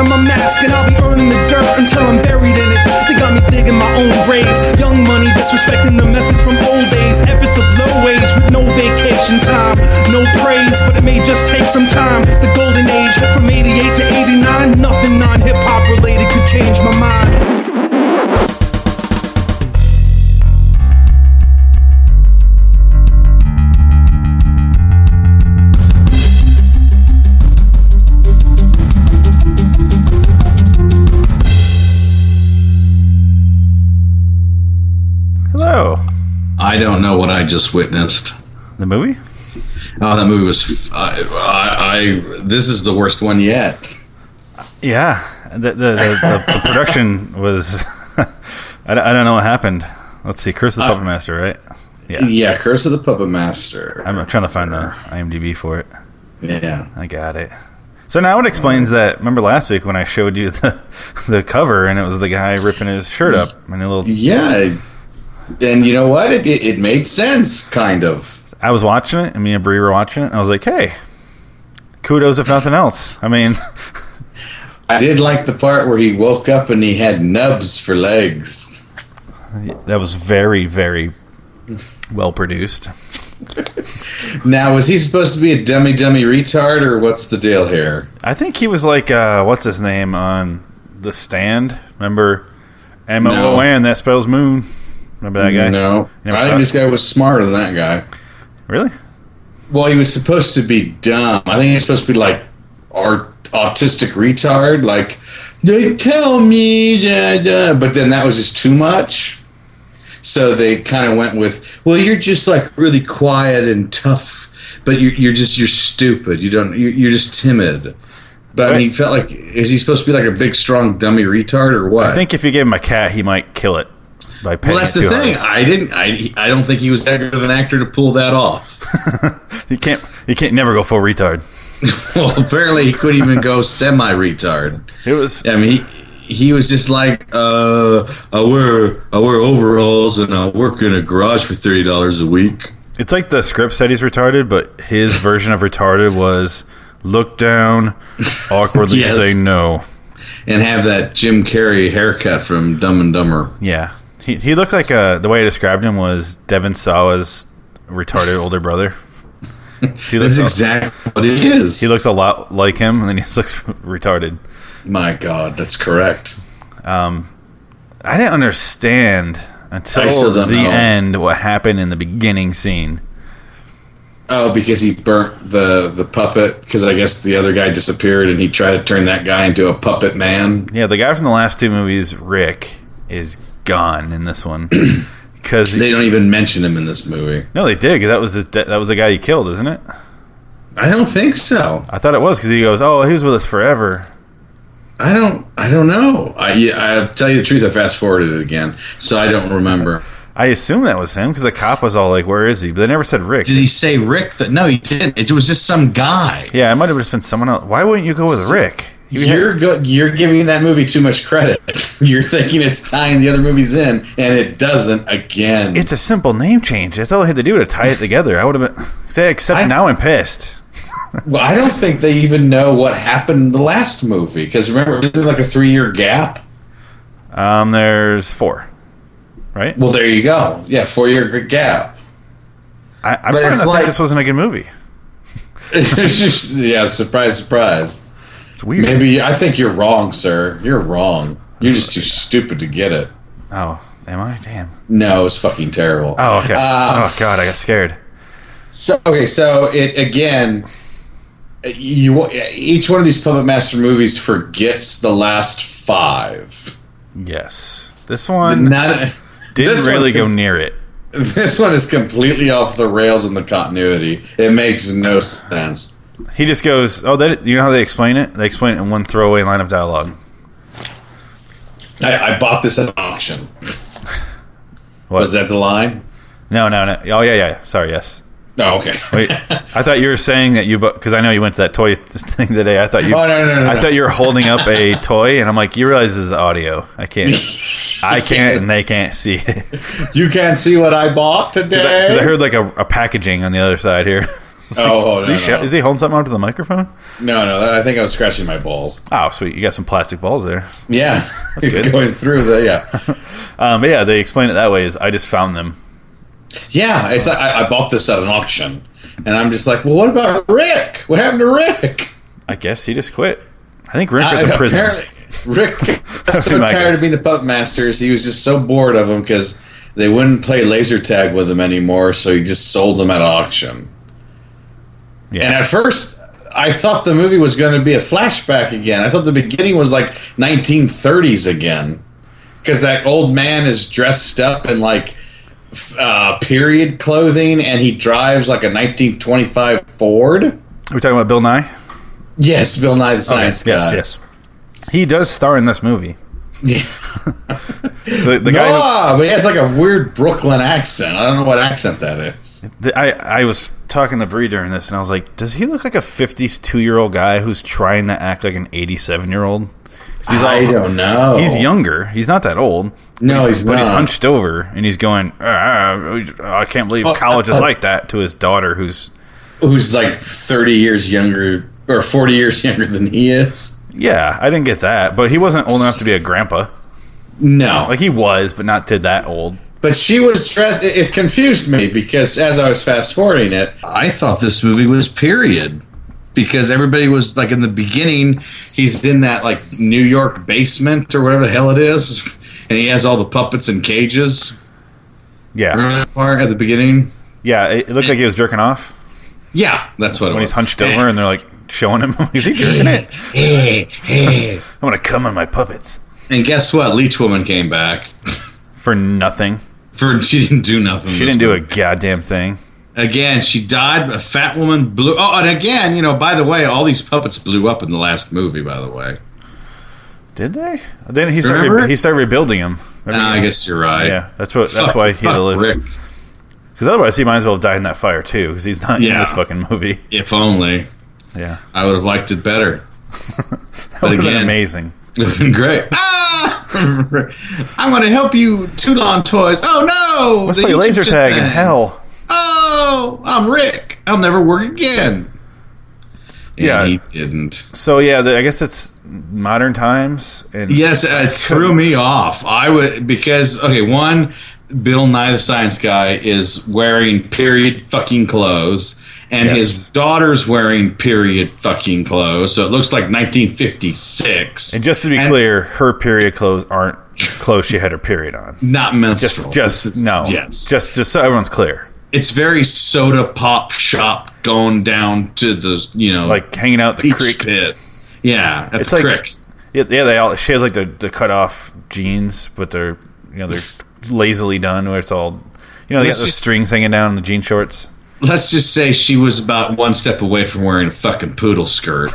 and I'll be earning the dirt until I'm buried in it. They got me digging my own grave. Young money disrespecting the methods from old days. Efforts of low wage with no vacation time. No praise, but it may just take some time. The golden age from 88 to 89. Nothing non hip hop related could change my mind. Hello. I don't know what I just witnessed. The movie? Oh, that movie was. I, I, I this is the worst one yet. Yeah. The the, the, the, the production was. I, don't- I don't know what happened. Let's see. Curse of the Puppet Master, right? Yeah. Yeah, Curse of the Puppet Master. I'm trying to find the IMDb for it. yeah. I got it. So now it explains that. Remember last week when I showed you the the cover and it was the guy ripping his shirt up and a little. Yeah. And you know what? It, it, it made sense, kind of. I was watching it and me and Bree were watching it and I was like, hey, kudos if nothing else. I mean, I did like the part where he woke up and he had nubs for legs. that was very very well produced. Now, was he supposed to be a dummy dummy retard, or what's the deal here? I think he was like, uh, what's his name on the stand? Remember M O O N? That spells moon. Remember that guy? No, Never I saw it. think this guy was smarter than that guy. Really? Well, he was supposed to be dumb. I think he was supposed to be like art, autistic retard. Like they tell me, da, da. but then that was just too much. So they kind of went with, well, you're just like really quiet and tough, but you're, you're just you're stupid. You don't you're, you're just timid. But I mean, he felt like is he supposed to be like a big, strong dummy retard or what? I think if you gave him a cat, he might kill it by petting Well, that's it the too thing. I didn't. I, I don't think he was that good of an actor to pull that off. hard. You can't. You can't never go full retard. well, apparently he couldn't even go semi-retard. It was. I mean, he, he was just like, uh, I wear I wear overalls and I work in a garage for thirty dollars a week. It's like the script said he's retarded, but his version of retarded was look down, awkwardly Yes. say no. And have that Jim Carrey haircut from Dumb and Dumber. Yeah, he he looked like uh the way I described him was Devin Sawa's retarded older brother. He looks, That's exactly what it is. he looks a lot like him, and then he just looks retarded. My God, that's correct. I didn't understand until I still the don't know. end what happened in the beginning scene. Oh, because he burnt the the puppet. Because I guess the other guy disappeared, and he tried to turn that guy into a puppet man. Yeah, the guy from the last two movies, Rick, is gone in this one because They don't even mention him in this movie. no, they did. 'cause that was his de- that was the guy he killed, isn't it? I don't think so. I thought it was because he goes, "Oh, he was with us forever." I don't. I don't know. I yeah, I tell you the truth. I fast forwarded it again, so I don't remember. I assume that was him because the cop was all like, "Where is he?" But they never said Rick. Did he say Rick? That no, he didn't. It was just some guy. Yeah, it might have just been someone else. Why wouldn't you go with Rick? You had- You're go- you're giving that movie too much credit. You're thinking it's tying the other movies in, and it doesn't. Again, it's a simple name change. That's all I had to do to tie it together. I would have been say, except I- now I'm pissed. well, I don't think they even know what happened in the last movie because remember, it was like a three year gap. Um, there's four, right? Well, there you go. Yeah, four year gap. I, I'm but starting to it's think like- this wasn't a good movie. It's just- yeah, surprise, surprise. It's weird. Maybe I think you're wrong, sir. You're wrong. You're just too stupid to get it. Oh, am I? Damn. No, it's fucking terrible. Oh, okay. Uh, oh God, I got scared. So okay, so it again. You each one of these Puppet Master movies forgets the last five. Yes, this one Not didn't this really one's go com- near it. this one is completely off the rails in the continuity. It makes no sense. He just goes, "Oh, that." You know how they explain it? They explain it in one throwaway line of dialogue. I, I bought this at an auction. What? Was that the line? No, no, no. Oh, yeah, yeah. yeah. Sorry. Yes. Oh, okay. Wait, I thought you were saying that you, because I know you went to that toy thing today. I thought you, Oh, no, no, no, no, I no. thought you were holding up a toy, and I'm like, you realize this is audio. I can't, I can't, and they Yes. can't see it. Because you can't see what I bought today. I heard like a, a packaging on the other side here. Oh, oh, is, no, he shout- no. is he holding something onto the microphone? No, no, I think I was scratching my balls. Oh, sweet. You got some plastic balls there. Yeah, That's good. going through the yeah, Um, but yeah, they explain it that way. Is I just found them. yeah. It's I, I bought this at an auction, and I'm just like, well, what about Rick? What happened to Rick? I guess he just quit. I think Rinker's I- in prison. apparently, Rick was be so my tired guess. of being the pup masters. He was just so bored of them because they wouldn't play laser tag with him anymore. So he just sold them at auction. Yeah. And at first, I thought the movie was going to be a flashback again. I thought the beginning was like 1930s again because that old man is dressed up in like f- uh, period clothing and he drives like a 1925 Ford. Are we talking about Bill Nye? Yes, Bill Nye the Science yes, Guy. yes. He does star in this movie. the the guy. who- Ah, but he has like a weird Brooklyn accent. I don't know what accent that is. The- I, I was talking to Bree during this, and I was like, "Does he look like a fifty-two-year-old guy who's trying to act like an eighty-seven-year-old?" He's all- I don't know. He's younger. He's not that old. Oh. No, but he's But he's not. hunched over, and he's going, "Ah, "I can't believe uh, college is like that." To his daughter, who's Who's like 30 years younger or 40 years younger than he is? yeah, I didn't get that, but he wasn't old enough to be a grandpa. No. Like he was, but not to that old. But she was dressed. It, it confused me because as I was fast forwarding it, I thought this movie was period because everybody was like in the beginning, he's in that like New York basement or whatever the hell it is, and he has all the puppets and cages. Yeah, Remember that part at the beginning? yeah. It, it looked like he was jerking off Yeah, that's what it when he's was. hunched over, and they're like showing him, "Is he jerking it?" I'm gonna come on my puppets And guess what? Leech Woman came back for nothing. for she didn't do nothing. She didn't do a goddamn thing. Again, she died. A fat woman blew. Oh, and again, you know. By the way, all these puppets blew up in the last movie. By the way, Did they? Then he started. Remember? He started rebuilding him. Ah, I guess you're right. Yeah, that's what. That's Fuck- why he had fuck to live. Rick, Because otherwise, he might as well have died in that fire too. Because he's not in Yeah. this fucking movie. if only Yeah, I would have liked it better. that But would have been again- amazing. It would have been great. Ah! I want to help you, Toulon Toys. Oh no! Let's The play laser Egyptian tag in thing. hell. Oh, I'm Rick. I'll never work again. And Yeah. he didn't. So yeah, the, I guess it's modern times. And Yes, it threw me off. I would because okay, one, Bill Nye the Science Guy is wearing period fucking clothes, and Yes. his daughter's wearing period fucking clothes, so it looks like 1956. and just to be clear, her period clothes aren't clothes she had her period on. not Just, menstrual. This just is- no. Yes, Just, just so everyone's clear. it's very soda pop shop going down to the you know Like hanging out at the peach creek. pit. Yeah, at It's the like- creek. Yeah, yeah, they all. She has like the, the cut off jeans, but they're you know they're lazily done where it's all you know they got Let's those just- strings hanging down in the jean shorts. let's just say she was about one step away from wearing a fucking poodle skirt,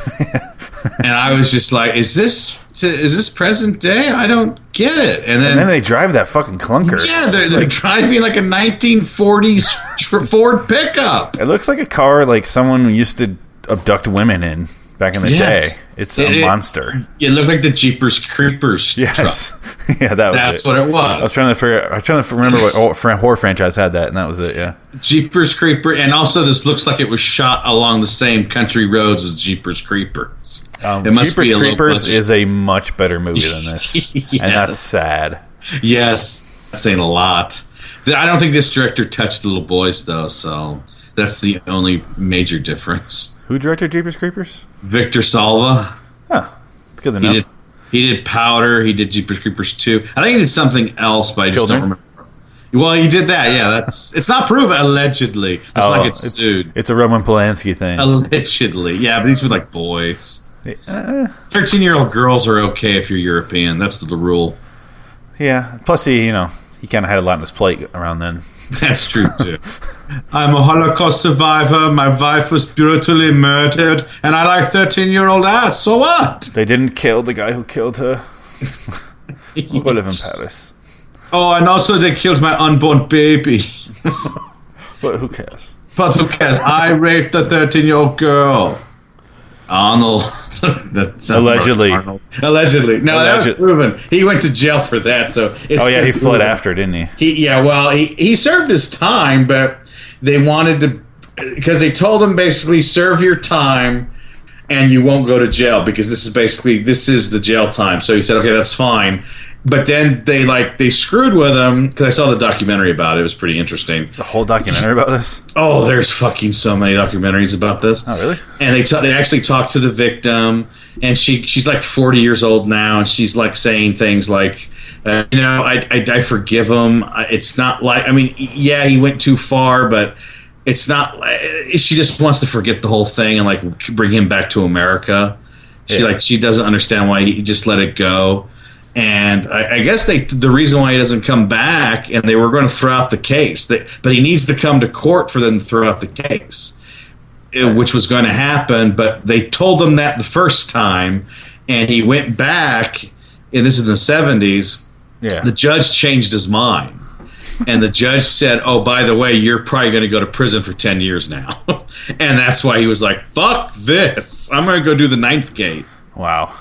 and I was just like, "Is this is this present day? I don't get it." And then, And then they drive that fucking clunker. yeah, they're, It's they're like- driving like a 1940s tr- Ford pickup. it looks like a car like someone used to abduct women in back in the Yes. day. It's a It- it- monster. It looked like the Jeepers Creepers. truck. Yes, yeah, that was that's it. what it I was was. trying to figure. I was trying to remember what old fran- horror franchise had that, and that was it. Yeah, Jeepers Creeper, and also this looks like it was shot along the same country roads as Jeepers Creepers. um, it must Jeepers be a low Creepers budget. is a much better movie than this, and that's Yes. sad. Yes, that's saying a lot. Th- I don't think this director touched little boys though, so that's the only major difference. Who directed Jeepers Creepers? Victor Salva, Huh. Good to he know. did he did Powder, he did Jeepers Creepers two. I think he did something else, but I just Children? don't remember. Well, he did that. Yeah, that's it's not proven allegedly. It's Oh, like it's, sued It's a Roman Polanski thing. allegedly. Yeah, but these were like boys. Uh, Thirteen-year-old girls are okay if you're European. That's the rule. yeah. Plus, he, you know, he kind of had a lot on his plate around then. That's true too. I'm a Holocaust survivor. My wife was brutally murdered, and I like 13 year old ass. So what? They didn't kill the guy who killed her. we'll live in Paris. Oh, and also they killed my unborn baby. But who cares? But who cares? I raped a 13 year old girl. Arnold. That's not Allegedly. Arnold. Allegedly. No, Alleged- that was proven. He went to jail for that. So it's Oh yeah, been he fled proven. after, didn't he? He yeah, well, he, he served his time, but they wanted to because they told him basically serve your time and you won't go to jail because this is basically this is the jail time. So he said, okay, that's fine. But then they like they screwed with him because I saw the documentary about it. It was pretty interesting. There's a whole documentary about this. Oh, there's fucking so many documentaries about this. Oh, really? And they ta- they actually talked to the victim, and she she's like 40 years old now, and she's like saying things like, uh, you know, I, I I forgive him. I- It's not like I mean, yeah, he went too far, but it's not. li- She just wants to forget the whole thing and like bring him back to America. She Yeah. like she doesn't understand why he just let it go. And I, I guess they the reason why he doesn't come back, and they were going to throw out the case, that, but he needs to come to court for them to throw out the case, eh, which was going to happen. But they told him that the first time, and he went back, and this is in the seventies. Yeah. The judge changed his mind, and the judge said, "Oh, by the way, you're probably going to go to prison for ten years now," and that's why he was like, "Fuck this! I'm going to go do the ninth gate." wow.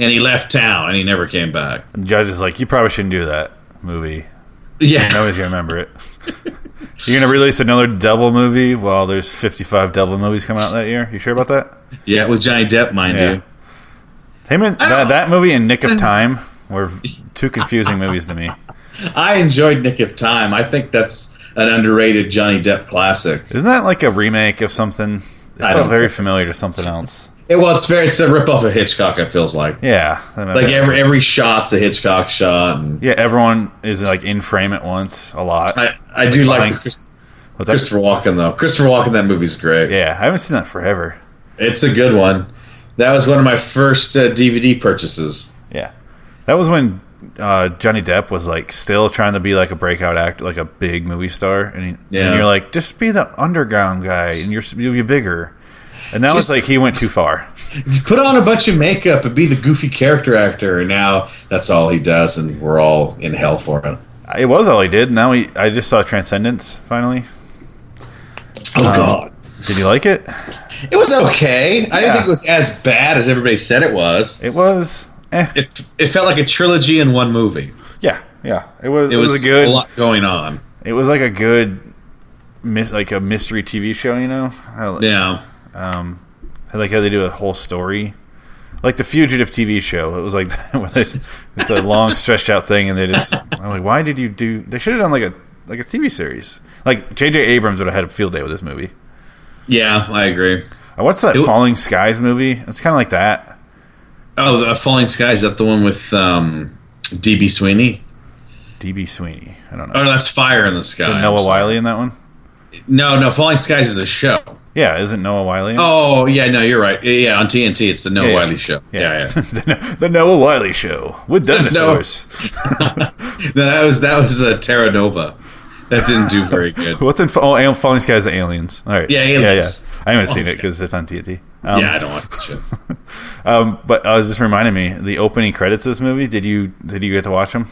and he left town and he never came back. The judge is like, you probably shouldn't do that movie. Yeah. Nobody's gonna remember it. You're gonna release another devil movie while there's 55 devil movies coming out that year. You sure about that? Yeah, with Johnny Depp, mind Yeah. you. Him and I that, don't- that movie and Nick of Time were two confusing movies to me. I enjoyed Nick of Time. I think that's an underrated Johnny Depp classic. Isn't that like a remake of something? It I felt don't- very familiar to something else. It- well, it's very it's a ripoff of Hitchcock, it feels like. Yeah, Like every every shot's a Hitchcock shot and yeah, everyone is like in frame at once a lot. I, I do like the Fine. Chris, What's that? Christopher Walken though. Christopher Walken that movie's great. Yeah, I haven't seen that forever. It's a good one. That was one of my first uh, DVD purchases. Yeah, that was when uh, Johnny Depp was like still trying to be like a breakout actor, like a big movie star, and, he, Yeah. and you're like, just be the underground guy, and you're you'll be bigger. And that was Just- like he went too far. Put on a bunch of makeup and be the goofy character actor and now that's all he does and we're all in hell for it. It was all he did. Now he, I just saw Transcendence finally. Oh Um, god. Did you like it? It was okay. Yeah. I didn't think it was as bad as everybody said it was. It was, eh, It, it felt like a trilogy in one movie. yeah, yeah. It was. It was, a good. a lot going on. It was like a good, mis- like a mystery TV show. You know, I, Yeah. Um, I like how they do a whole story, like the Fugitive TV show. It was like where they- it's a long stretched out thing, and they just I'm like, why did you do? They should have done like a like a TV series. Like J.J. Abrams would have had a field day with this movie. Yeah, I agree. I watched that It- Falling Skies movie. It's kind of like that. Oh, the Falling Skies, is that the one with um, DB Sweeney? D.B. Sweeney. I don't know. Oh, that's Fire in the Sky. I'm Noah sorry. Wiley in that one. No, no, Falling Skies is the show. Yeah, isn't Noah Wiley? In? it? Oh, yeah, no, you're right. Yeah, on TNT, it's the Noah Yeah, yeah. Wiley show. Yeah, yeah. the, Noah Wiley show with dinosaurs. no, that was that was uh, Terra Nova. That didn't do very good. What's in Fa- oh, Al- Falling Skies? The aliens. All right. Yeah, aliens. yeah, yeah. I haven't seen it Falling because it's on TNT. Um, yeah, I don't watch the show. Um, but uh, just reminded me the opening credits of this movie. Did you did you get to watch them?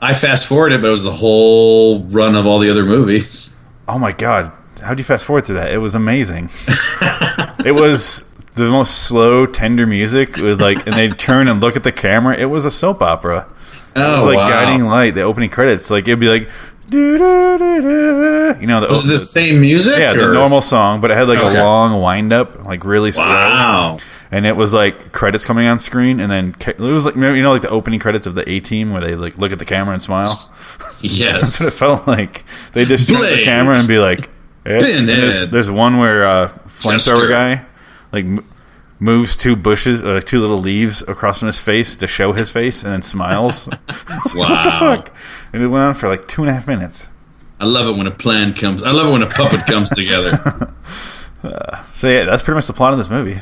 I fast forwarded, but it was the whole run of all the other movies. Oh my god! How do you fast forward to that? It was amazing. it was the most slow, tender music with like, and they'd turn and look at the camera. It was a soap opera. It Oh, was like guiding light. The opening credits, like it'd be like, doo doo doo doo. You know, the, Was it the same music? yeah, the or- normal song, but it had like Okay. a long wind up, like really slow. Wow. and it was like credits coming on screen, and then ca- it was like you know like the opening credits of the A Team where they like look at the camera and smile. That's what it Yes. felt like. They just turn the Blade. camera and be like, eh. And there's, Pinhead. there's one where uh, flamethrower Jester. guy like m- moves two bushes, uh, two little leaves across from his face to show his face, and then smiles. I was like, What the Wow. fuck? And it went on for like two and a half minutes. I love it when a plan comes. I love it when a puppet comes together. So yeah, that's pretty much the plot of this movie.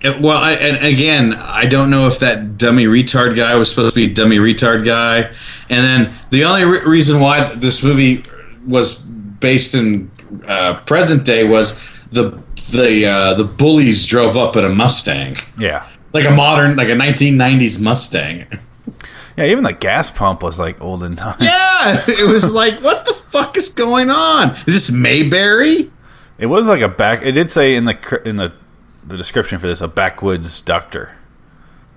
It- well, I, and again, I don't know if that dummy retard guy was supposed to be a dummy retard guy. And then the only re- reason why this movie was based in uh, present day was the the uh, the bullies drove up in a Mustang, Yeah, like a modern, like a 1990s Mustang. yeah. Even the gas pump was like olden time. Yeah, it was like, what the fuck is going on? Is this Mayberry? It was like a back. It did say in the cr- in the the description for this a backwoods doctor.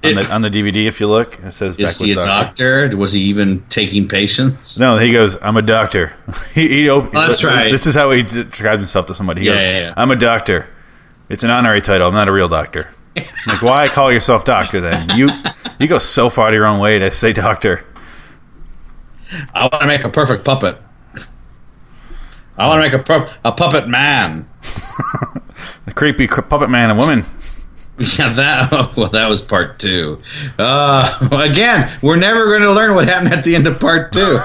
on the on the DVD if you look. It says Is backwards he a doctor. doctor? Was he even taking patients? No, he goes, "I'm a doctor." he, he op- Oh, that's right. This is how he d- describes himself to somebody. He Yeah, goes, yeah, yeah. "I'm a doctor. It's an honorary title. I'm not a real doctor." I'm like, why call yourself doctor then? You you go so far to your own way to say doctor. I want to make a perfect puppet. I want to make a pu- a puppet man. A creepy cr- puppet man and woman. Yeah, that. Oh, well, that was part two. Uh, again, we're never going to learn what happened at the end of part two.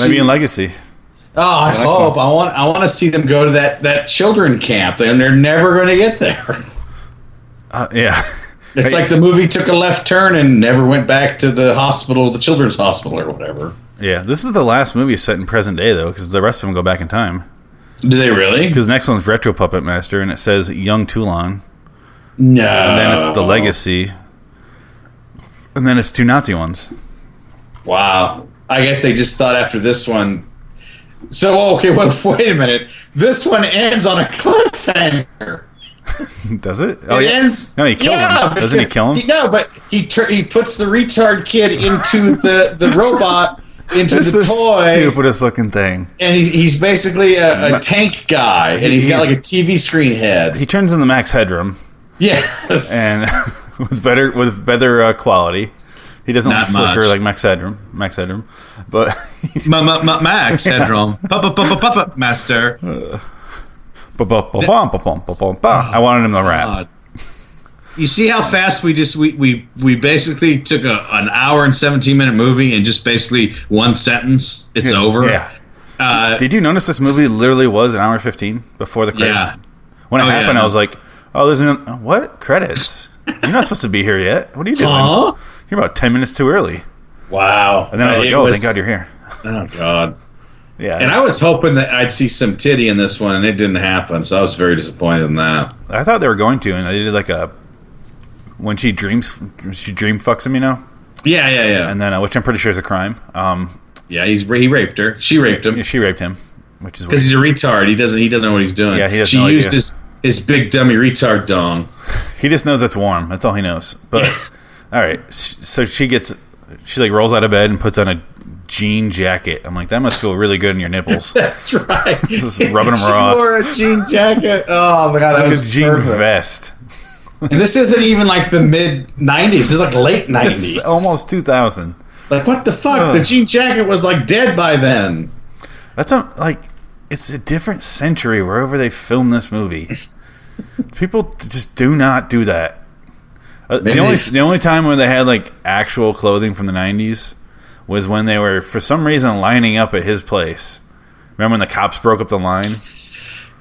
Maybe in Legacy. Oh, I next hope. I want. I want to see them go to that that children camp, and they're never going to get there. Uh, yeah. It's like the movie took a left turn and never went back to the hospital, the children's hospital, or whatever. Yeah, this is the last movie set in present day though, because the rest of them go back in time. Do they really? Because next one's Retro Puppet Master, and it says Young Toulon. No. And then it's Oh. the Legacy, and then it's two Nazi ones. Wow. I guess they just thought after this one. So oh, okay, wait, wait a minute. This one ends on a cliffhanger. Does it? Oh it yeah. ends. No, he killed him. Doesn't he because- kill him? no, but he tur- he puts the retard kid into the the robot into It's the the toy, stupidest looking thing. and he's, he's basically a, a tank guy, and he's got He's- like a TV screen head. He turns into Max Headroom, Yes, and with better with better uh, quality. He doesn't Not flicker much. like Max Headroom. Max Headroom, but Max syndrome, papa papa papa master. Oh, I wanted him to rap. God. Uh, You see how fast we just we we, we basically took a, an hour and seventeen minute movie and just basically one sentence. It's over. Yeah. Uh, Did you notice this movie literally was an hour fifteen before the credits? Yeah. When it Oh, yeah. happened, I was like, "Oh, there's an, what credits? You're not supposed to be here yet. What are you doing? Huh? You're about ten minutes too early." Wow. And then I was like, "Oh, thank God you're here." Oh God. Yeah, And I was hoping that I'd see some titty in this one, and it didn't happen. So I was very disappointed in that. I thought they were going to, and they did like a when she dreams, she dream fucks him, you know, Yeah, yeah, yeah. and then uh, which I'm pretty sure is a crime. Um, yeah, he's he raped her. She raped him she raped him, which is because weird. he's a retard. He doesn't he doesn't know what he's doing. Yeah, he has She no idea. used his his big dummy retard dong. he just knows it's warm. That's all he knows. But all right, s- so she gets she like rolls out of bed and puts on a jean jacket. I'm like, that must feel really good in your nipples. That's right. Just rubbing 'em she raw. wore a jean jacket. Oh my god, that Like a was jean perfect. vest. And this isn't even like the mid '90s. This is like late It's '90s. almost 2000. like what the fuck? Ugh. The jean jacket was like dead by then. That's not like it's a different century wherever they film this movie. People t- just do not do that. Uh, the Maybe only they- the only time when they had like actual clothing from the '90s was when they were for some reason lining up at his place. Remember when the cops broke up the line?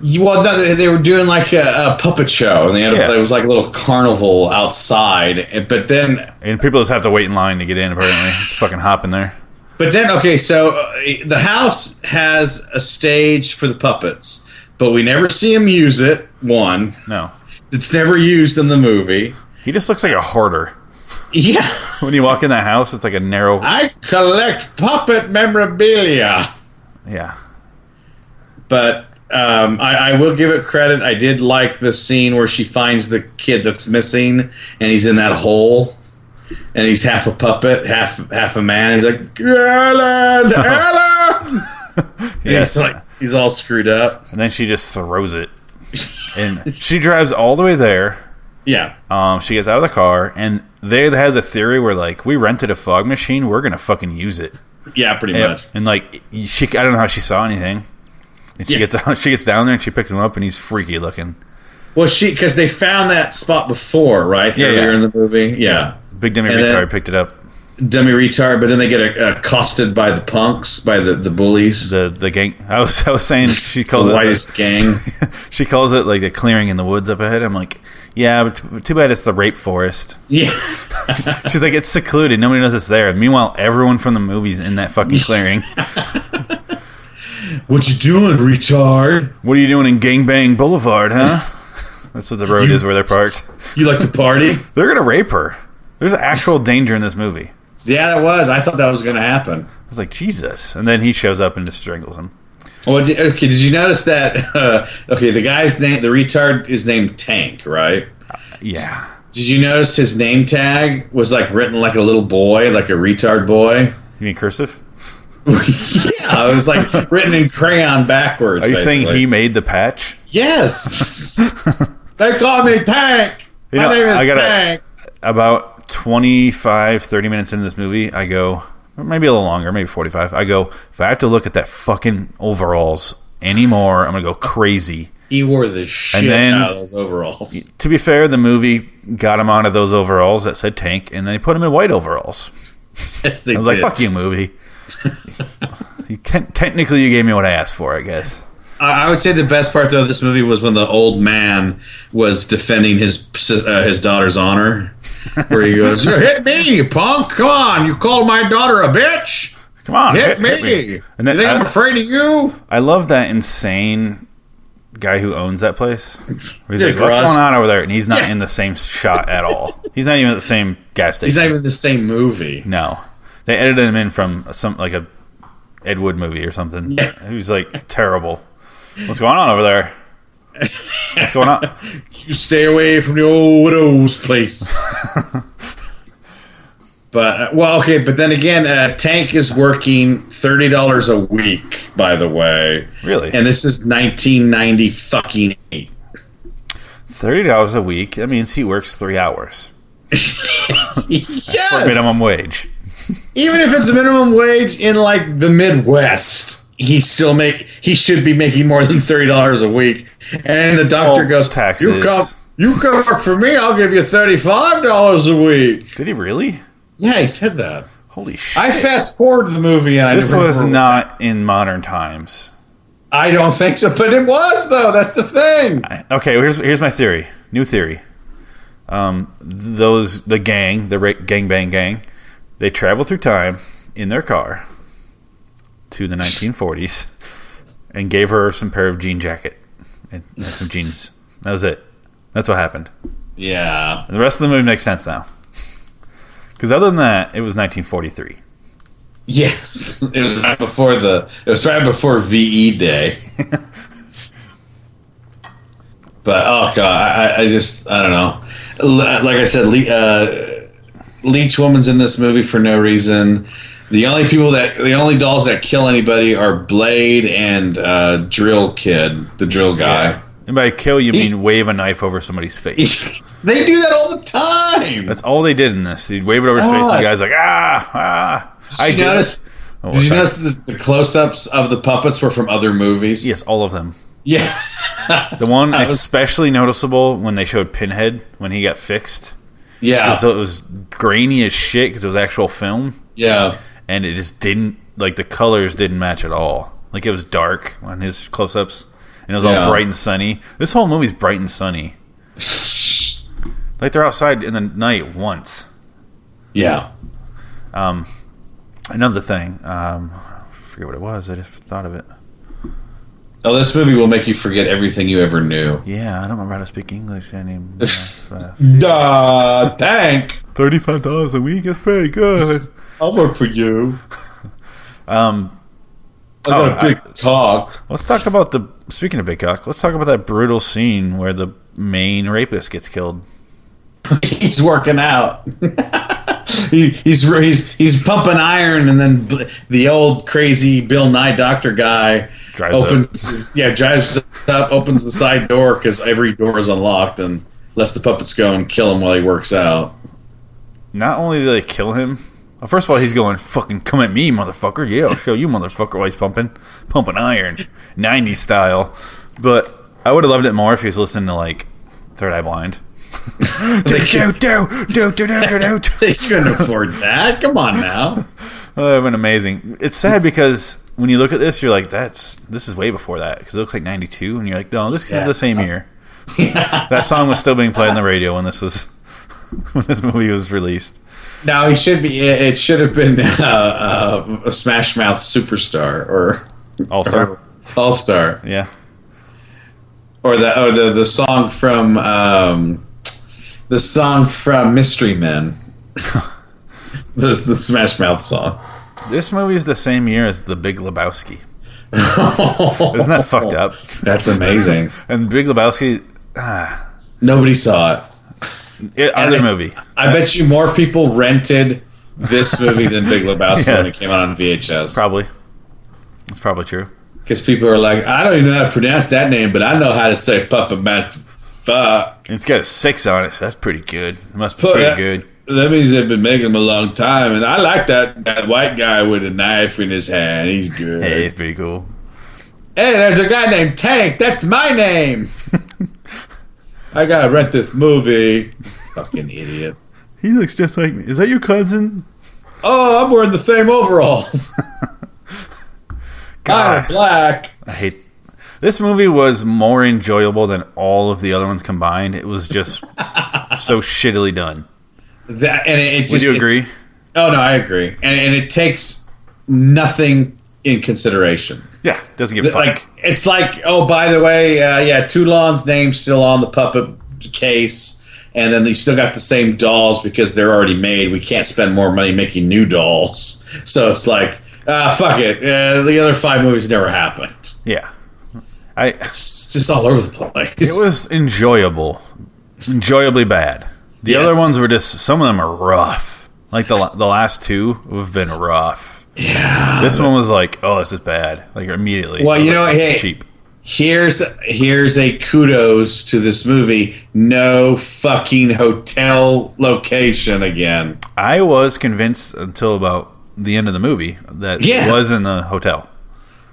You- Well, no, they, they were doing like a, a puppet show, and they had a, Yeah. it was like a little carnival outside. And- But then, And people just have to wait in line to get in. Apparently, it's fucking hop in there. but then, okay, so uh, the house has a stage for the puppets, but we never see him use it. One, No, it's never used in the movie. he just looks like a hoarder. Yeah. When you walk in that house, it's like a narrow. I collect puppet memorabilia. Yeah, But um, I, I will give it credit. I did like the scene where she finds the kid that's missing, and he's in that hole, and he's half a puppet, half half a man. He's like, Ellen, Ellen. And yes. He's like, he's all screwed up. and then she just throws it, and she drives all the way there. Yeah. Um, she gets out of the car, and they had the theory where like we rented a fog machine, we're gonna fucking use it. Yeah. Pretty And, much. and, like she, I don't know how she saw anything. And she Yeah. gets out, she gets down there and she picks him up, and he's freaky looking. Well, she because they found that spot before, right? Yeah, Earlier yeah. in the movie. Yeah. Big Demi And then- retard picked it up. Dummy retard, but then they get uh, accosted by the punks, by the the bullies, The the gang. I was I was saying she calls the it whitest gang. she calls it like a clearing in the woods up ahead. I'm like, yeah, but t- too bad it's the rape forest. Yeah. She's like, it's secluded, nobody knows it's there. Meanwhile, everyone from the movies in that fucking clearing. What you doing, retard? what are you doing in Gangbang Boulevard, huh? That's what the road is where they're parked. You like to party? They're gonna rape her. There's actual danger in this movie. yeah, that was. I thought that was going to happen. I was like, Jesus. And then he shows up and just strangles him. Well, did, okay. Did you notice that? Uh, okay, the guy's name, the retard, is named Tank, right? Yeah. Did you notice his name tag was like written like a little boy, like a retard boy? You mean cursive? yeah, it was like written in crayon backwards. Are you saying basically. he made the patch? Yes. they call me Tank. You My know, name is I gotta- Tank. About 25, 30 minutes into this movie, I go, or maybe a little longer, maybe 45. I go, if I have to look at that fucking overalls anymore, I'm going to go crazy. He wore the shit then- out of those overalls. To be fair, the movie got him onto those overalls that said tank, and they put him in white overalls. Yes, they I was like, fuck you, movie. you can technically, you gave me what I asked for, I guess. I I would say the best part though of this movie was when the old man was defending his uh, his daughter's honor, where he goes, "You "Hit me, you punk! Come on, you called my daughter a bitch! Come on, Hit, me! And then you think I- I'm afraid of you?" I love that insane guy who owns that place. Where he's Yeah, like, "What's garage. going on over there?" And he's not Yeah. in the same shot at all. He's not even at the same gas station. He's not even the same movie. no, they edited him in from some like a Ed Wood movie or something. Yeah. He was like terrible. What's going on over there? What's going on? You stay away from the old widow's place. but uh, well, okay, but then again, uh, Tank is working thirty dollars a week, by the way, Really? and this is nineteen ninety fucking eight. Thirty dollars a week. That means he works three hours Yes. for minimum wage. Even if it's minimum wage in like the Midwest, he still make he should be making more than thirty dollars a week. And the doctor Well, goes, Oh, taxes. "You come, you come work for me. I'll give you thirty-five dollars a week." Did he really? Yeah, he said that. Holy shit! I fast forwarded the movie, and I this never was remember- not in modern times. I don't think so, but it was though. That's the thing. Okay, here's here's my theory. New theory. Um, those the gang, the ra- gang bang gang, they travel through time in their car to the 1940s, and gave her some pair of jean jacket and, and some jeans. That was it. That's what happened. Yeah. And the rest of the movie makes sense now. Because other than that, it was 1943. Yes, it was right before the. It was right before VE Day. but oh god, I, I- I just I don't know. L- Like I said, Le- uh, Leech Woman's in this movie for no reason. The only people that the only dolls that kill anybody are Blade and uh, Drill Kid, the drill guy. And by kill, you mean wave a knife over somebody's face. they do that all the time. That's all they did in this. He'd wave it over his face, and God. the guy's like, ah, ah. Did you did it. notice? Oh, Did you sorry. notice the, the close-ups of the puppets were from other movies? Yes, all of them. Yeah. The one was- especially noticeable when they showed Pinhead when he got fixed. Yeah. So it was grainy as shit because it was actual film, yeah. and it just didn't like the colors didn't match at all. Like it was dark on his close-ups, and it was Yeah. all bright and sunny. This whole movie's bright and sunny. Like they're outside in the night once. Yeah. Another thing, um, I forget what it was. I just thought of it. Oh, this movie will make you forget everything you ever knew. Yeah, I don't remember how to speak English anymore. Duh, thank. Thirty-five dollars a week is pretty good. I'll work for you. Um, I got Oh, a big cock. Let's talk about the speaking of Big Cock. Let's talk about that brutal scene where the main rapist gets killed. He's working out. he, he's he's he's pumping iron, and then bl- the old crazy Bill Nye doctor guy Drives up. opens his, yeah drives up, opens the side door because every door is unlocked, and lets the puppets go and kill him while he works out. Not only do they kill him, well, first of all, he's going fucking come at me, motherfucker. Yeah, I'll show you, motherfucker. While he's pumping, pumping iron, '90s style. But I would have loved it more if he was listening to like Third Eye Blind. do do do do do do do. do. They couldn't afford that. Come on now. That would have Oh, been amazing. It's sad because when you look at this, you're like, "That's this is way before that," because it looks like '92, and you're like, "No, this Yeah. is the same year." that song was still being played on the radio when this was when this movie was released. No, he should be. It it should have been uh, uh, a Smash Mouth superstar or, All or Star, All Star, yeah. or the or the the song from um, the song from Mystery Men. the the Smash Mouth song. This movie is the same year as The Big Lebowski. Isn't that fucked Oh. up? That's amazing. And Big Lebowski, ah, Nobody saw it. It, And other I- movie. I bet you more people rented this movie than Big Lebowski Yeah. when it came out on VHS. Probably. That's probably true. Because people are like, I don't even know how to pronounce that name, but I know how to say Puppet Master. Fuck. And It's got a six on it, so that's pretty good. It must be Put pretty that- good. That means they've been making him a long time, and I like that that white guy with a knife in his hand. He's good. Hey, Hey, it's pretty cool. there's a guy named Tank. That's my name. I gotta rent this movie. Fucking idiot. He looks just like me. Is that your cousin? Oh, I'm wearing the same overalls. I'm God, black. I hate. This movie was more enjoyable than all of the other ones combined. It was just so shittily done. That and it, it Would just you agree? Oh no, I agree, and, and it takes nothing in consideration. Yeah, doesn't give a Th- fuck. Like it's like, oh, by the way, uh, yeah, Toulon's name's still on the puppet case, and then you still got the same dolls because they're already made. We can't spend more money making new dolls, so it's like, ah, fuck it. Uh, the other five movies never happened. yeah, I. It It's just all over the place. was enjoyable, enjoyably bad. The Yes. other ones were just some of them are rough. Like the la- the last two have been rough. Yeah, this one was like, oh, this is bad. Like immediately. Well, It was you like, know, this is hey, cheap. here's here's a kudos to this movie. No fucking hotel location again. I was convinced until about the end of the movie that Yes. it was in the hotel.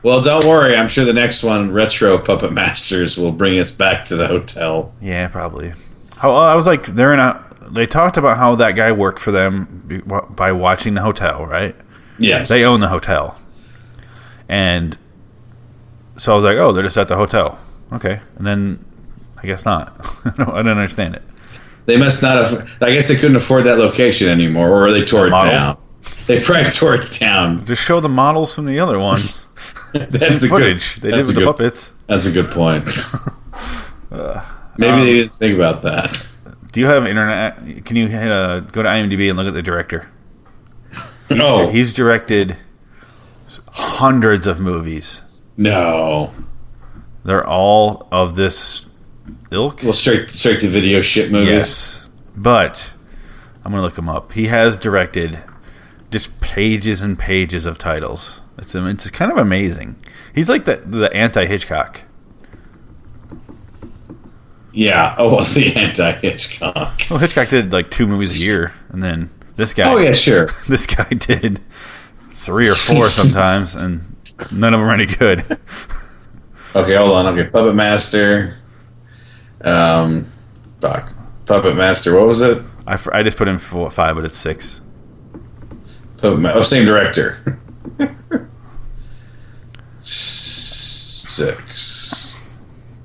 Well, don't worry. I'm sure the next one, Retro Puppet Masters, will bring us back to the hotel. Yeah, probably. How uh, I was like, they're in a. They talked about how that guy worked for them be- wa- by watching the hotel, right? Yes. They own the hotel, and so I was like, oh, they're just at the hotel, okay. And then I guess not. I don't, I don't understand it. They must not have. I guess they couldn't afford that location anymore, or they tore it model? down. They probably tore it down. Just show the models from the other ones. Same That's a good- footage they did that's with a the good- puppets. That's a good point. Uh, Maybe they Um, didn't think about that. Do you have internet? Can you hit uh go to IMDb and look at the director? No, He's directed hundreds of movies. no. They're all of this ilk. Well, straight straight to video shit movies. yes, but I'm gonna look him up. He has directed just pages and pages of titles. It's um, it's kind of amazing. He's like the the anti Hitchcock. Yeah. Oh, well, the anti Hitchcock. Well, Hitchcock did like two movies a year, and then this guy. Oh yeah, sure. this guy did three or four sometimes, and none of them are any good. Okay, hold on. Okay, Puppet Master. Um, fuck. Puppet Master. What was it? I, fr- I just put in four, five, but it's six. Puppet Ma- oh, same director. Six.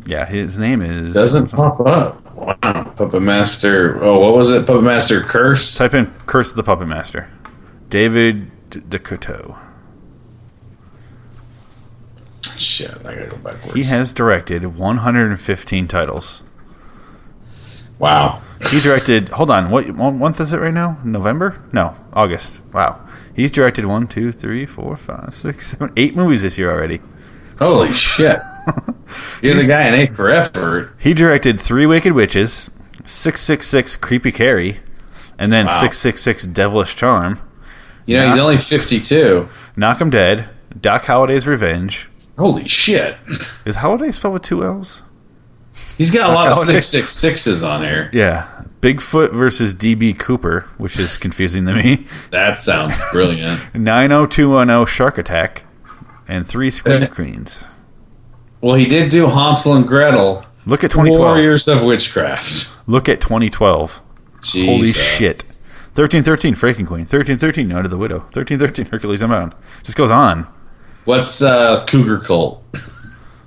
Yeah, his name is. Doesn't pop up. Wow. Puppet Master. Oh, what was it? Puppet Master Curse? Type in Curse of the Puppet Master. David D- DeCoteau. Shit, I gotta go backwards. He has directed 115 titles. wow. He directed. hold on, what one month is it right now? November? No, August. Wow. He's directed one, two, three, four, five, six, seven, eight movies this year already. Holy shit. You're the guy in A for effort. He directed Three Wicked Witches, 666 Creepy Carrie, and then Wow. 666 Devilish Charm, You know, he's only 52. Knock 'em Dead, Doc Holliday's Revenge. Holy shit. Is Holiday spelled with two L's? He's got a lot of Holiday. 666s on here. Yeah. Bigfoot versus DB Cooper, which is confusing to me. That sounds brilliant. 90210 Shark Attack, and three Scream Queens. well, he did do Hansel and Gretel, Look at 2012. Warriors of Witchcraft. Look at 2012. Holy Jesus. shit. 1313 Freaking Queen. 1313 Night of the Widow. 1313 Hercules Unbound. Just goes on. What's uh, Cougar Cult?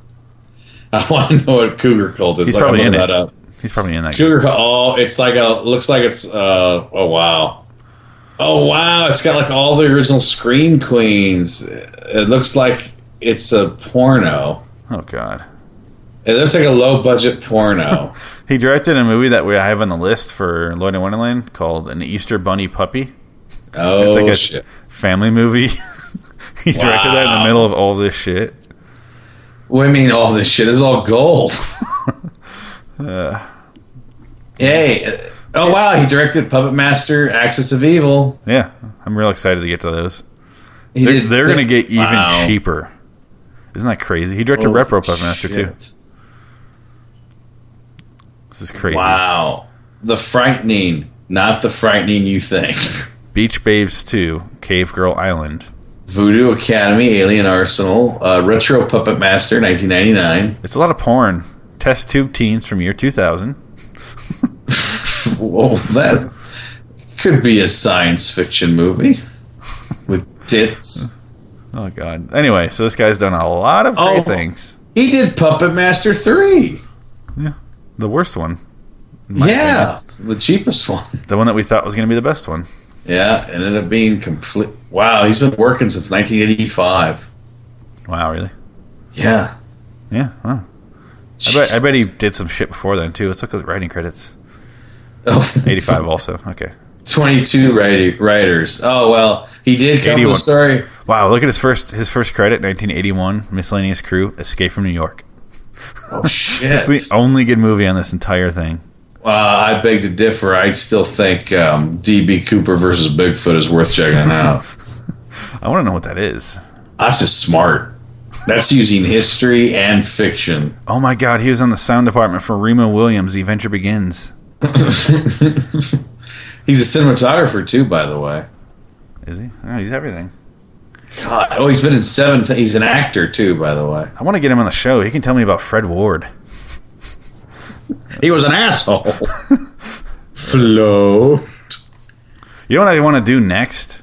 I want to know what Cougar Cult is. He's like, probably I'm in looking it. that up. He's probably in that. Cougar Cult. Oh, it's like a. Looks like it's. Uh, oh wow. Oh wow! It's got like all the original Scream Queens. It looks like it's a porno. Oh, God. It looks like a low budget porno. He directed a movie that we have on the list for Lloyd in Wonderland called An Easter Bunny Puppy. Oh It's like a shit! family movie. he directed that in the Wow. middle of all this shit. What do you mean all this shit? This is all gold. Hey, Oh wow, he directed Puppet Master, Axis of Evil. Yeah, I'm real excited to get to those. He They're, did- they're going to get even Wow. cheaper. Isn't that crazy? He directed Holy Repro Puppet Master too. shit. This is crazy. Wow, the frightening, not the frightening you think. Beach Babes 2, Cave Girl Island. Voodoo Academy, Alien Arsenal, uh, Retro Puppet Master, 1999. It's a lot of porn. Test tube teens from year 2000. Whoa, that could be a science fiction movie with tits. Oh god. Anyway, so this guy's done a lot of great Oh. things. He did Puppet Master 3. The worst one, yeah, the cheapest one. the one that we thought was going to be the best one. Yeah, it ended up being complete. Wow, he's been working since 1985. Wow, really? Yeah. Yeah. Wow. I bet, I bet he Jesus. did some shit before then too. Let's look at writing credits. Oh, 85 also. Okay. 22 writer, writers. Oh, well, he did come to 81. the story. Wow, look at his first his first credit, 1981, Miscellaneous Crew, Escape from New York. Oh, shit. It's the only good movie on this entire thing. Uh, I beg to differ. I still think um, DB Cooper versus Bigfoot is worth checking out. I want to know what that is. That's just smart. That's using history and fiction. Oh my god, he was on the sound department for Remo Williams, The Adventure Begins. He's a cinematographer too, by the way. Is he? Oh, he's everything. God. Oh, he's been in seven. Th- he's an actor too, by the way. I want to get him on the show. He can tell me about Fred Ward. He was an asshole. Flo. You know what I want to do next?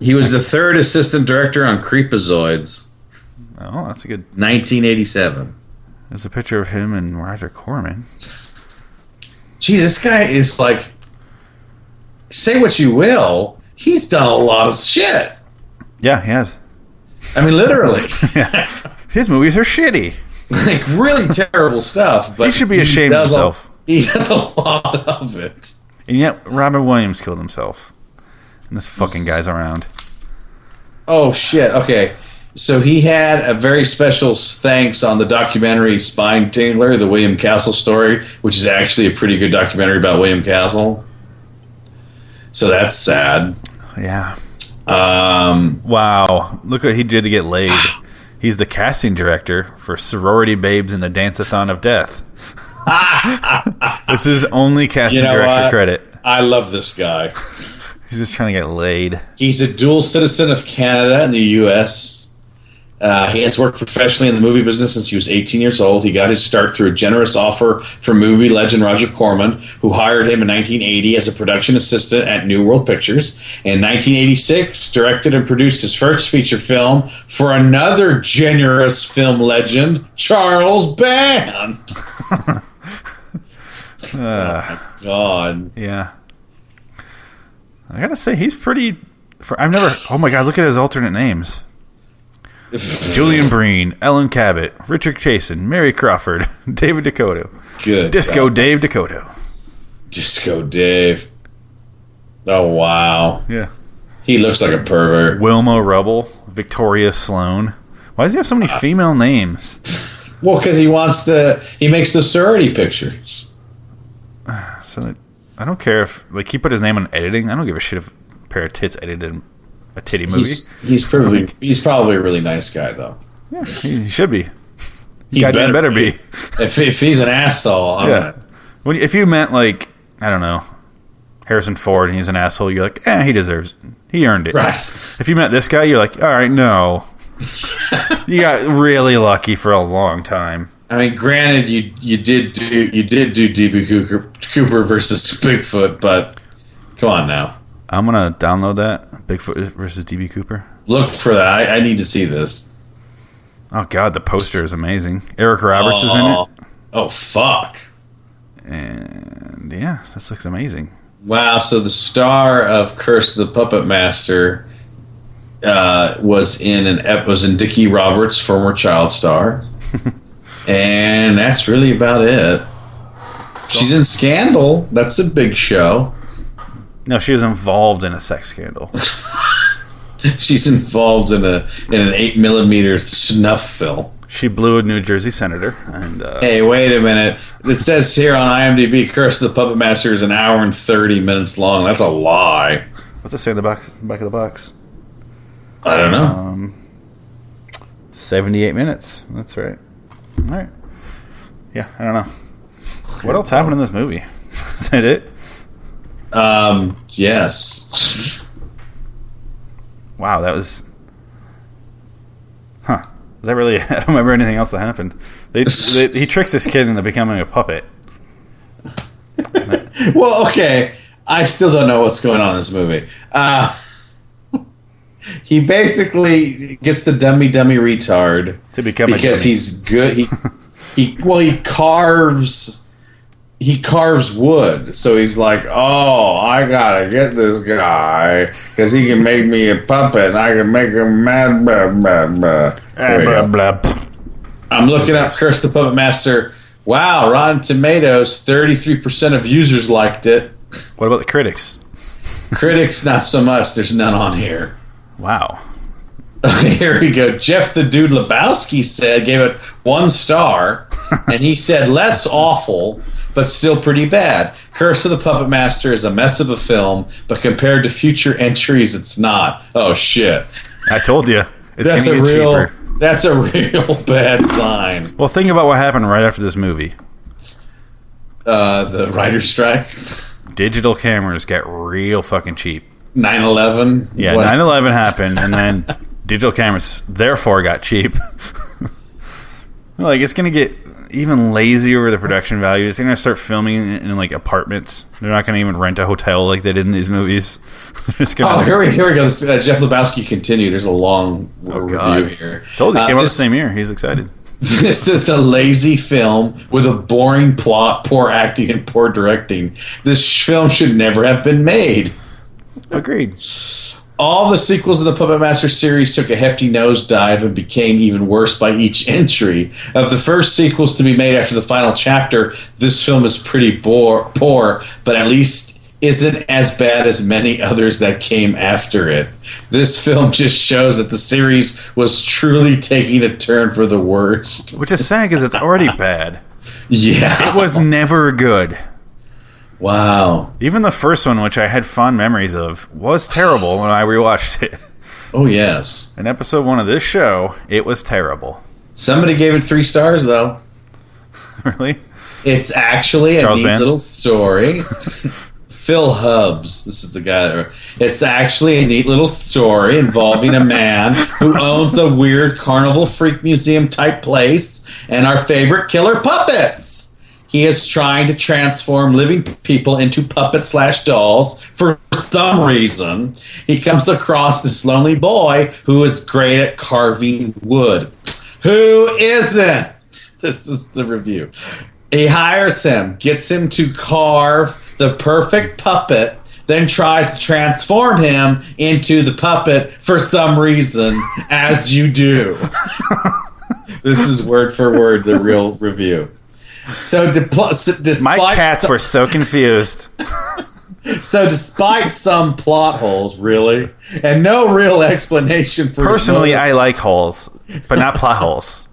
He was the third assistant director on Creepazoids, Oh, that's a good 1987. There's a picture of him and Roger Corman. Geez, this guy is like. Say what you will, he's done a lot of shit. Yeah, he has. I mean, literally, His movies are shitty. like really terrible stuff. But He should be ashamed of does a- himself. he does a lot of it. And yet, Robin Williams killed himself. And this fucking guy's around. Oh shit. Okay. So he had a very special thanks on the documentary Spine Tingler, the William Castle story, which is actually a pretty good documentary about William Castle. So that's sad. Yeah. Um, Wow. Look what he did to get laid. He's the casting director for Sorority Babes and the Dance-a-thon of Death. this is only casting You know director what? credit. I love this guy. He's just trying to get laid. He's a dual citizen of Canada and the U.S. Uh, he has worked professionally in the movie business since he was 18 years old. He got his start through a generous offer from movie legend Roger Corman, who hired him in 1980 as a production assistant at New World Pictures. In 1986, directed and produced his first feature film for another generous film legend, Charles Band. oh my God. Yeah. I gotta say, he's pretty. For I've never. Oh my god! Look at his alternate names: Julian Breen, Ellen Cabot, Richard Chasen, Mary Crawford, David Dakota, Good. Disco God. Dave Dakota. Disco Dave. Oh wow, Yeah. he looks like a pervert. Wilma Rubble, Victoria Sloan. Why does he have so many female names? Well, because he wants to, he makes the sorority pictures. So that- I don't care if like he put his name on editing. I don't give a shit if a pair of tits edited a titty movie. He's he's probably he's probably a really nice guy though. yeah, he, he should be. He Goddamn better be. If, if he's an asshole, I'm Yeah. gonna- When, if you meant like I don't know, Harrison Ford and he's an asshole, you're like, eh, he deserves, it. he earned it. Right. If you met this guy, you're like, all right, no. you got really lucky for a long time. I mean, granted, you you did do you did do DB Cooper, Cooper versus Bigfoot, but come on now, I'm gonna download that Bigfoot versus DB Cooper. look for that. I, I need to see this. Oh god, the poster is amazing. Eric Roberts is in oh, it, Oh fuck! and yeah, this looks amazing. Wow, so the star of Curse of the Puppet Master uh, was in an ep- was in Dickie Roberts, former child star. and that's really about it. She's in Scandal. That's a big show. No, she was involved in a sex scandal. She's involved in a in an eight millimeter snuff film. She blew a New Jersey senator, and uh, Hey, wait a minute. It says here on IMDb, Curse of the Puppet Master is an hour and 30 minutes long. That's a lie. what's it say in the box? Back of the box, I don't know. seventy-eight minutes. That's right. All right. Yeah, I don't know. What else happened in this movie? Is that it? Um, yes. Wow, that was. Huh? Is that really? I don't remember anything else that happened. They, they, he tricks this kid into becoming a puppet. Well, okay. I still don't know what's going on in this movie. Uh, he basically gets the dummy dummy retard To become a because dummy. he's good. He, he well, he carves he carves wood, so he's like, oh, I gotta get this guy because he can make me a puppet, and I can make him mad. Blah, blah, blah. There we blah, go. blah, blah. I'm looking up Curse the Puppet Master. Wow, Rotten Tomatoes, 33% of users liked it. What about the critics? Critics, not so much. There's none on here. Wow. Here we go. Jeff the Dude Lebowski said, gave it one star, and he said, less awful, but still pretty bad. Curse of the Puppet Master is a mess of a film, but compared to future entries, it's not. Oh, shit. I told you. It's That's gonna a get real. cheaper. That's a real bad sign. Well, think about what happened right after this movie. Uh, the writer's strike, Digital cameras got real fucking cheap. 9 11. Yeah, 9 11 happened, and then digital cameras therefore got cheap. like, it's going to get even lazier with the production value. It's going to start filming in, in, like, apartments. They're not going to even rent a hotel like they did in these movies. They're just going Oh, here we, here we go. This, uh, Jeff Lebowski continued. There's a long uh, review Oh, God. here. Told you, Uh, came out the this- same year. He's excited. This is a lazy film with a boring plot, poor acting, and poor directing. This sh- film should never have been made. Agreed. All the sequels of the Puppet Master series took a hefty nosedive and became even worse by each entry. Of the first sequels to be made after the final chapter, this film is pretty bore- poor, but at least isn't as bad as many others that came after it. This film just shows that the series was truly taking a turn for the worst. Which is sad because it's already bad. Yeah. It was never good. Wow. Even the first one, which I had fond memories of, was terrible when I rewatched it. Oh, yes. In episode one of this show, it was terrible. Somebody gave it three stars, though. really? It's actually a Charles neat Band? little story. Phil Hubbs, this is the guy. That, wrote- it's actually a neat little story involving a man who owns a weird carnival freak museum type place and our favorite killer puppets. He is trying to transform living people into puppet slash dolls for some reason. He comes across this lonely boy who is great at carving wood. Who isn't? This is the review. He hires him, gets him to carve the perfect puppet, then tries to transform him into the puppet for some reason, as you do. this is word for word the real review. So, depl- s- My despite cats so- were so confused. so, despite some plot holes, really, and no real explanation for his Personally, motive- I like holes, but not plot holes.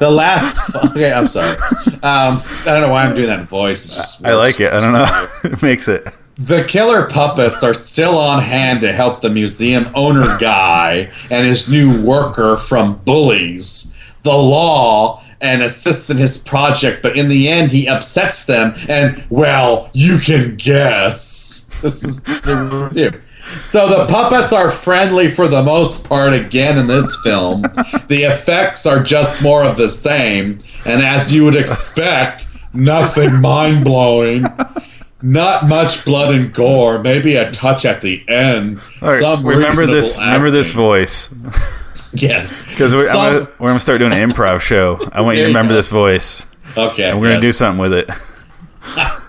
the last. Okay, I'm sorry. Um, I don't know why I'm doing that voice. It's just I like it. I don't know. it makes it. The killer puppets are still on hand to help the museum owner guy and his new worker from bullies, the law, and assist in his project. But in the end, he upsets them, and well, you can guess. This is the review. So the puppets are friendly for the most part again in this film. the effects are just more of the same, and as you would expect, nothing mind blowing. Not much blood and gore. Maybe a touch at the end. All right, Some remember this. reasonable Remember this acting. voice, Yeah. because we're, Some- I'm gonna- we're gonna start doing an improv show. I want you to There you remember go. this voice. okay. We're gonna do yes. something with it. oh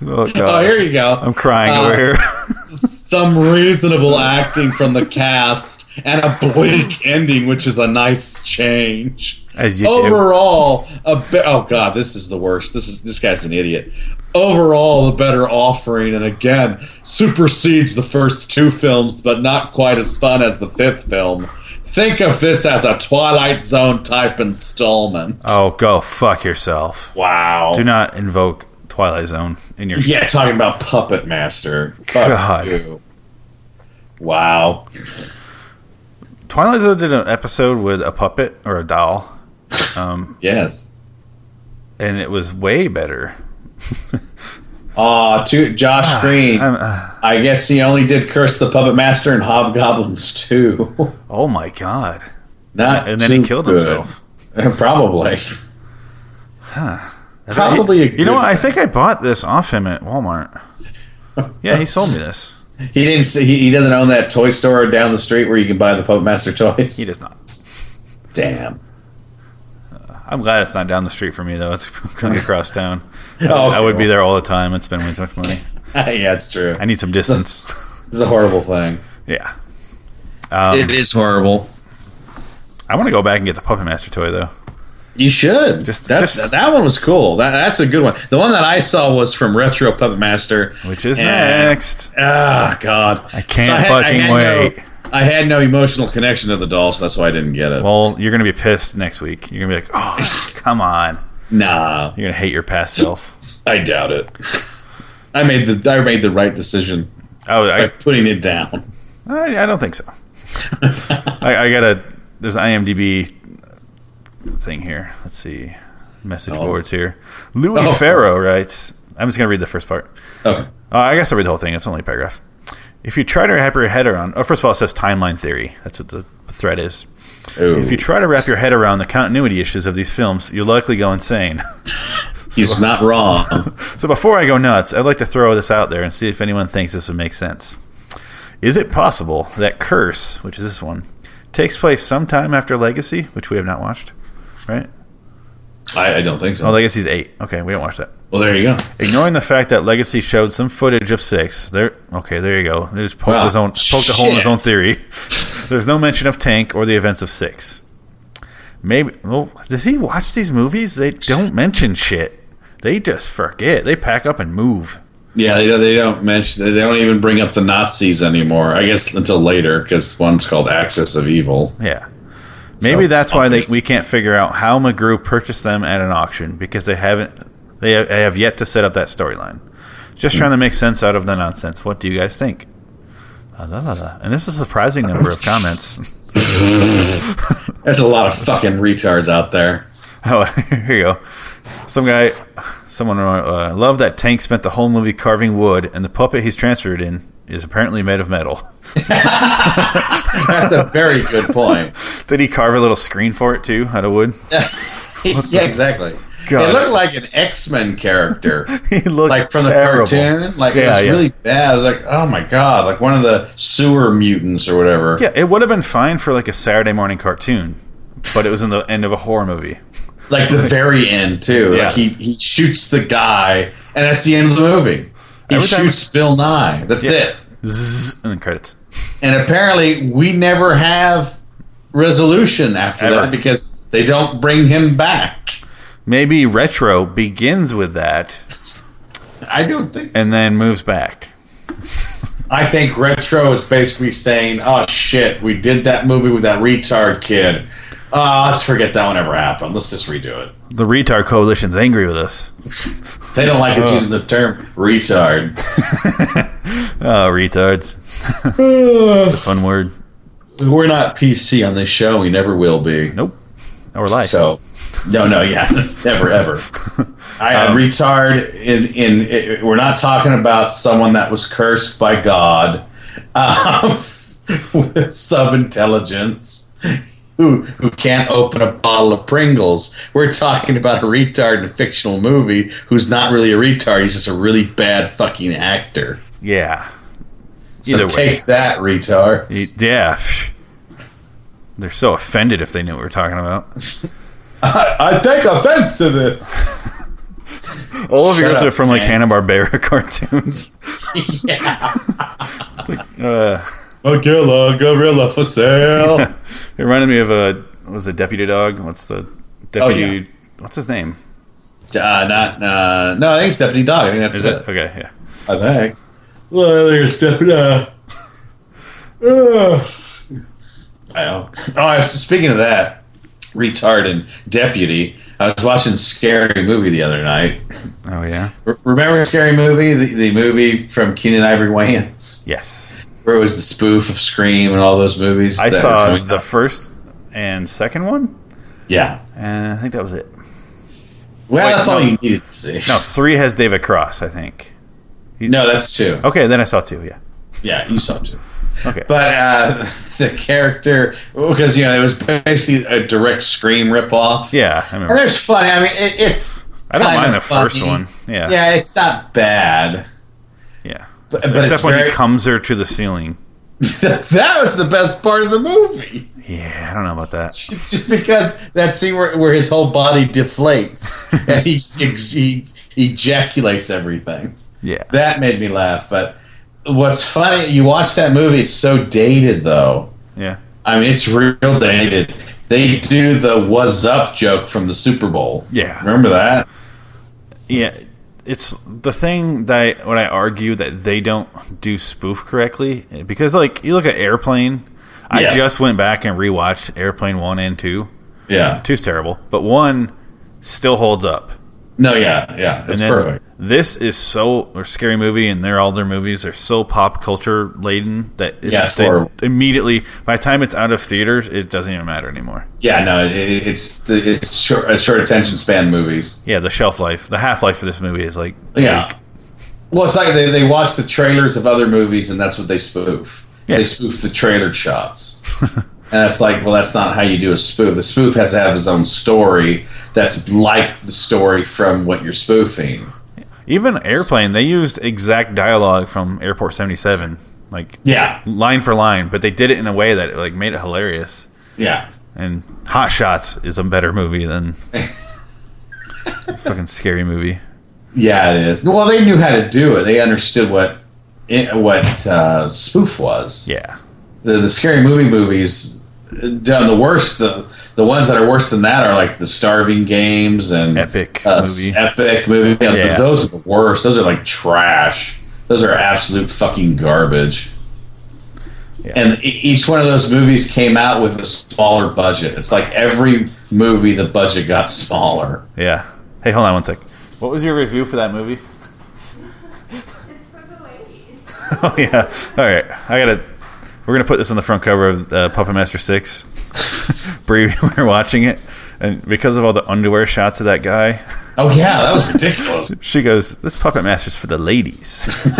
Oh, god, here you go. I'm crying Uh, over here. Some reasonable acting from the cast and a bleak ending, which is a nice change. As you do. Overall, a be- oh god, this is the worst. This is this guy's an idiot. Overall, the better offering, and again, supersedes the first two films, but not quite as fun as the fifth film. Think of this as a Twilight Zone type installment. Oh, go fuck yourself. wow. Do not invoke Twilight Zone in your. Yeah, talking about Puppet Master. Fuck God. you. Wow. Twilight Zone did an episode with a puppet or a doll, um, Yes. and it was way better. Aw, to Josh Green. I'm, uh, I guess he only did Curse the Puppet Master and Hobgoblins too. oh my god! Not And then he too killed good. himself. Probably. Probably. a You know good- what? I think I bought this off him at Walmart. Yeah, he sold me this. he didn't. See, he, he doesn't own that toy store down the street where you can buy the Puppet Master toys. He does not. Damn. I'm glad it's not down the street for me though. It's going across town. Oh, I would be there all the time and spend way too much money. yeah, it's true. I need some distance. It's a horrible thing. yeah, Um, it is horrible. I want to go back and get the Puppet Master toy though. You should. Just- that, just- that one was cool. That, that's a good one. The one that I saw was from Retro Puppet Master, Which is and- next? Ah, God, I can't fucking wait. No, I had no emotional connection to the doll, so that's why I didn't get it. Well, you're gonna be pissed next week. You're gonna be like, oh, come on. nah, You're gonna hate your past self. I doubt it. I made the I made the right decision Oh, I, by putting it down. I, I don't think so. I, I got a there's an IMDb thing here. Let's see message boards here. Louis Oh. Farrow writes. I'm just gonna read the first part. Okay. Uh, I guess I read the whole thing. It's only a paragraph. If you try to wrap your head around, oh, first of all, it says timeline theory. That's what the thread is. Ooh, If you try to wrap your head around the continuity issues of these films, you'll likely go insane. he's not wrong. So before I go nuts, I'd like to throw this out there and see if anyone thinks this would make sense. Is it possible that Curse, which is this one, takes place sometime after Legacy, which we have not watched, right? I, I don't think so. Oh, Legacy's eight. Okay, we do not watch that. well, there you go. Ignoring the fact that Legacy showed some footage of six, there. Okay, there you go. They just poked Wow. his own poked a hole in his Shit. own theory. There's no mention of Tank or the events of six. Maybe. Well, does he watch these movies? They don't mention shit. They just forget. They pack up and move. Yeah, they, don't- they don't mention. They don't even bring up the Nazis anymore. I guess until later, because one's called Axis of Evil. Yeah. Maybe So, that's why they, obvious. we can't figure out how McGrew purchased them at an auction because they haven't they have, they have yet to set up that storyline. Just trying to make sense out of the nonsense. What do you guys think? La, la, la, la. And this is a surprising number of comments. There's a lot of fucking retards out there. Oh, here you go. Some guy, someone, uh, love that Tank spent the whole movie carving wood, and the puppet he's transferred in is apparently made of metal. That's a very good point. Did he carve a little screen for it too out of wood? yeah, exactly. God. They look like an X Men character, he looked like from the terrible. cartoon. Like it Yeah, was yeah. really bad. I was like, oh my god, like one of the sewer mutants or whatever. Yeah, it would have been fine for like a Saturday morning cartoon, but it was in the end of a horror movie. Like the very end too. Yeah. Like he he shoots the guy, and that's the end of the movie. He Every time- shoots Bill Nye. That's Yeah. it. Zzz, and then credits. And apparently, we never have resolution after Ever. that because they don't bring him back. Maybe retro begins with that I don't think. and then moves back. I think retro is basically saying, "Oh shit, we did that movie with that retard kid. Uh, let's forget that one ever happened. Let's just redo it." The retard coalition's angry with us. They don't like us using the term retard. Uh, Oh, retards. it's a fun word. We're not PC on this show. We never will be. Nope. Or life. So, no, no, yeah, never ever. I uh, retard. In in it, we're not talking about someone that was cursed by God, um, with sub-intelligence. Who, who can't open a bottle of Pringles? We're talking about a retard in a fictional movie who's not really a retard. He's just a really bad fucking actor. yeah. So Either way. take that, retard. Y- Yeah. They're so offended if they knew what we're talking about. I take offense to this. All of Shut yours up, are from like Tank. Hanna Barbera cartoons. Yeah. Uh, A killer gorilla for sale. It reminded me of a what was a deputy dog. What's the deputy? Oh, yeah. What's his name? Uh, not uh, no, I think it's Deputy Dog. I think that's Is it. that okay? Yeah. I think. Well, there's Deputy. Uh, Wow. Oh, I was, speaking of that, retard and deputy. I was watching Scary Movie the other night. Oh yeah. R- remember Scary Movie, the, the movie from Keenan Ivory Wayans, Yes. where it was the spoof of Scream and all those movies. I that were saw coming the out? first and second one, yeah. and I think that was it. Well, Wait, that's no. all you needed to see. No, three has David Cross, I think. no, that's two. Okay, then I saw two. Yeah. Yeah, you saw two. Okay. But uh, the character, because you know, it was basically a direct Scream ripoff. yeah, I And remember. there's funny. I mean, it, it's. I don't kinda mind the first funny. one. Yeah. Yeah, it's not bad. Yeah. But- but Except it's when very- he comes her to the ceiling. that was the best part of the movie. Yeah, I don't know about that. Just because that scene where, where his whole body deflates and he, ex- he ejaculates everything. Yeah. That made me laugh. But what's funny, you watch that movie, it's so dated, though. Yeah. I mean, it's real dated. They do the "was up" joke from the Super Bowl. Yeah. remember that? Yeah, it's the thing that when I argue that they don't do spoof correctly because like you look at Airplane, I Yes. just went back and rewatched Airplane one and two. Yeah. Two's terrible, but one still holds up. No, yeah, yeah. It's And then perfect. This is so or scary movie, and they're all their movies are so pop culture laden that it's Yeah, it's just it- horrible. immediately by the time it's out of theaters, it doesn't even matter anymore. Yeah, no, it, it's it's short, uh, short attention span movies. Yeah, the shelf life, the half life of this movie is like Yeah. Well, it's like they, they watch the trailers of other movies and that's what they spoof. Yeah. They spoof the trailer shots. and it's like, well, that's not how you do a spoof. The spoof has to have his own story that's like the story from what you're spoofing. Even Airplane, they used exact dialogue from Airport 77, like Yeah, line for line, but they did it in a way that like made it hilarious. yeah. And Hot Shots is a better movie than fucking scary movie. Yeah, it is. Well, they knew how to do it. They understood what it, what uh, spoof was. Yeah. The the scary movie movies uh, done the worst. The the ones that are worse than that are like the Starving Games and Epic uh, movie. Epic movie. Yeah, Yeah. Those are the worst. Those are like trash. Those are absolute fucking garbage. Yeah. And e- each one of those movies came out with a smaller budget. It's like every movie, the budget got smaller. Yeah. Hey, hold on one sec. What was your review for that movie? It's for the ladies. oh yeah. All right. I gotta. We're gonna put this on the front cover of uh, Puppet Master Six. Bree, we were watching it, and because of all the underwear shots of that guy, Oh yeah, that was ridiculous. she goes, "This Puppet Master's for the ladies."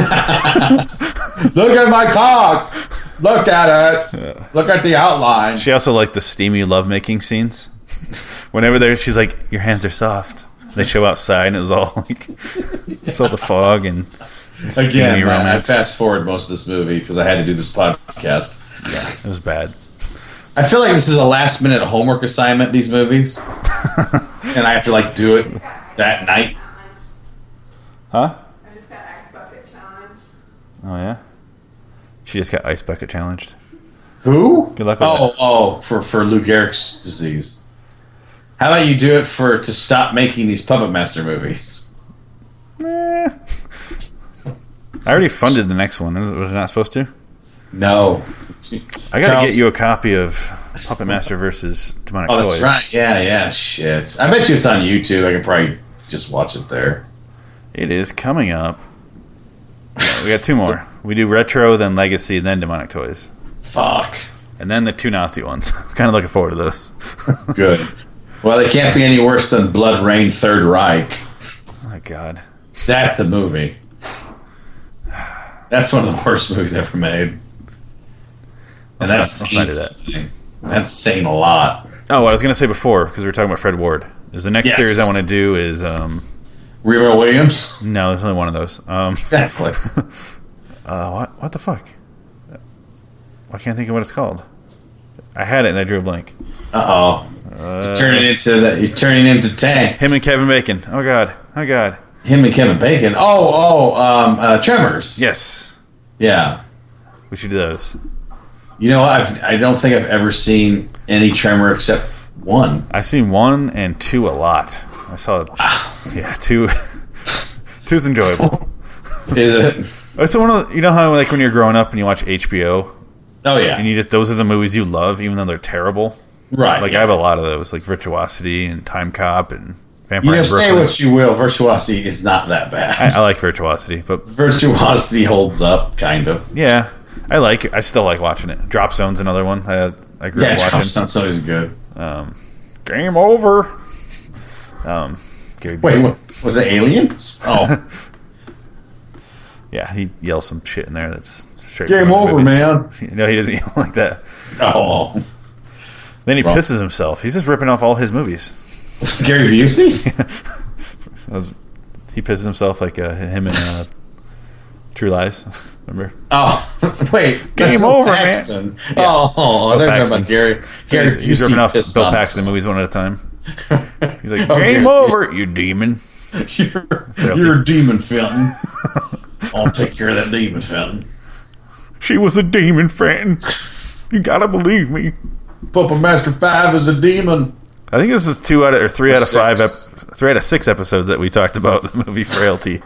Look at my cock. Look at it. Look at the outline. She also liked the steamy lovemaking scenes. Whenever they're, she's like, "Your hands are soft." They show outside, and it was all like, it's all the fog and Again, steamy man, I romance. fast forward most of this movie because I had to do this podcast. It was bad. I feel like this is a last minute homework assignment. These movies, and I have to like do it that night. Huh? I just got Ice Bucket Challenge. Oh yeah. She just got ice bucket challenged. Who? Good luck with Oh, that. oh, for for Lou Gehrig's disease. How about you do it for to stop making these Puppet Master movies? Eh. I already funded the next one. Was I not supposed to? No. I gotta Charles- get you a copy of Puppet Master versus Demonic Oh, Toys. that's right. Yeah, yeah. Shit. I bet you it's on YouTube. I could probably just watch it there. It is coming up. Yeah, we got two more. We do retro, then legacy, then demonic toys, Fuck. and then the two Nazi ones. kind of looking forward to those. oh Good. Well, they can't be any worse than Blood Rain Third Reich. my god. That's a movie. That's one of the worst movies ever made. And Let's that's not- saying let's not do something. That's saying a lot. Oh, I was gonna say before because we were talking about Fred Ward. Is the next Yes. series I want to do is um Reba Williams? no, there's only one of those. Um, Exactly. uh, what what the fuck? I can't I think of what it's called. I had it and I drew a blank. Uh oh. Uh, Turning into that you're turning into Tank. him and Kevin Bacon. Oh god. Oh god. Him and Kevin Bacon. Oh, oh, um uh Tremors. Yes, Yeah. we should do those. You know, I've I don't think I've ever seen any Tremor except one. I've seen one and two a lot. I saw, yeah, two. two's enjoyable. Oh, Is it? It's one of the- you know how like when you're growing up and you watch HBO Oh yeah, and you just those are the movies you love, even though they're terrible. right. Like I have a lot of those, like Virtuosity and Time Cop and Vampire. you know, in say Brooklyn. what you will, virtuosity is not that bad. I, I like Virtuosity, but virtuosity holds up, kind of. yeah, I like. I still like watching it. Drop Zone's another one. I, I grew Yeah, up watching. Trump's not so good. Game over. Um, Gary Wait, Busey. what, was it aliens? Oh, Yeah, he yells some shit in there. That's straight. Game from one of the over, movies. No, he doesn't yell like that. oh, Then he Wrong. pisses himself. He's just ripping off all his movies. Gary Busey. That was- he pisses himself like uh, him and uh, True Lies. Remember? Oh, wait, that's Game Bill over, man. Paxton. Oh, oh, they're talking Paxton. about Gary. Gary he's, he's Busey ripping off pissed Bill on Paxton himself. movies one at a time. He's like, Oh, game Gary over, Busey. you demon. You're, you're a demon fountain. Oh. I'll take care of that demon fountain. She was a demon, Fran. You gotta believe me. Puppet Master Five is a demon. I think this is two out of or three out of five, six. ep- three out of six episodes that we talked about the movie Frailty.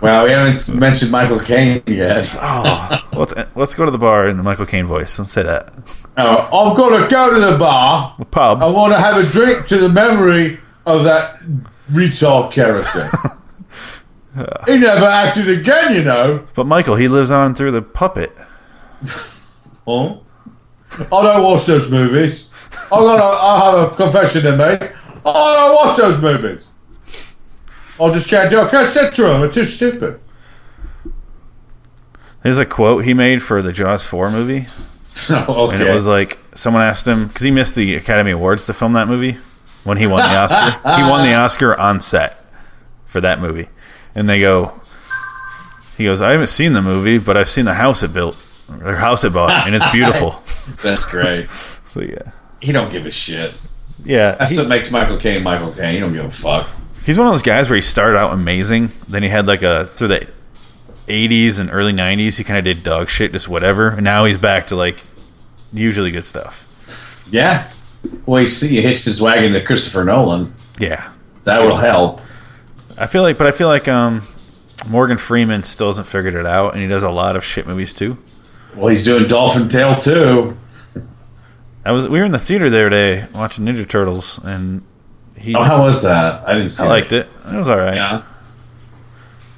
Well, we haven't mentioned Michael Caine yet. Oh, let's let's go to the bar in the Michael Caine voice. Let's say that Oh, I'm gonna go to the bar. the pub. I want to have a drink to the memory of that retard character. he never acted again, you know. But Michael, he lives on through the puppet. Huh? I don't watch those movies. I gotta. I have a confession to make. I don't watch those movies. I just can't do. it. I can't sit through them. It's too stupid. There's a quote he made for the Jaws four movie, Oh, and okay. it was like someone asked him because he missed the Academy Awards to film that movie when he won the Oscar. he won the Oscar on set for that movie, and they go, he goes, I haven't seen the movie, but I've seen the house it built or house it bought, and it's beautiful. That's great. so yeah, He don't give a shit. yeah. That's he- what makes Michael Caine Michael Caine. He don't give a fuck. He's one of those guys where he started out amazing, then he had like a through the '80s and early '90s, he kind of did dog shit, just whatever, and now he's back to like usually good stuff. Yeah. Well, you see, he hitched his wagon to Christopher Nolan. Yeah, That will help. I feel like, but I feel like um, Morgan Freeman still hasn't figured it out, and he does a lot of shit movies too. Well, he's doing Dolphin Tale too. I was we were in the theater the other day watching Ninja Turtles, and he Oh, how was that? I didn't see. I liked it. It was all right.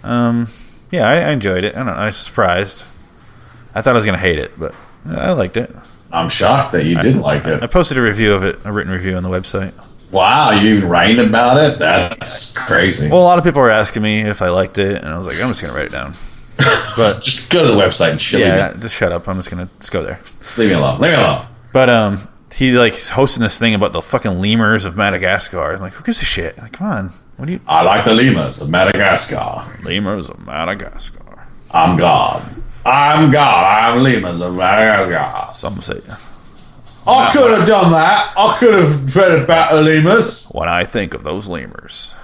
Yeah. Yeah, I, I enjoyed it. I don't know. I was surprised. I thought I was gonna hate it, but uh, I liked it. I'm shocked that you didn't like I it. posted a review of it, a written review on the website. Wow, you even writing about it? That's crazy. Well, a lot of people were asking me if I liked it, and I was like, I'm just gonna write it down. But just go to the website and shit. yeah, Leave, just shut up. I'm just gonna just go there. me, leave me alone. Leave me alone. But um, he like is hosting this thing about the fucking lemurs of Madagascar. I'm like, who gives a shit? Like, come on, what do you I like the lemurs of Madagascar. lemurs of Madagascar? I'm God. I'm God. I'm lemurs of Madagascar. Some say I could have done that. I could have read about the lemurs. when I think of those lemurs.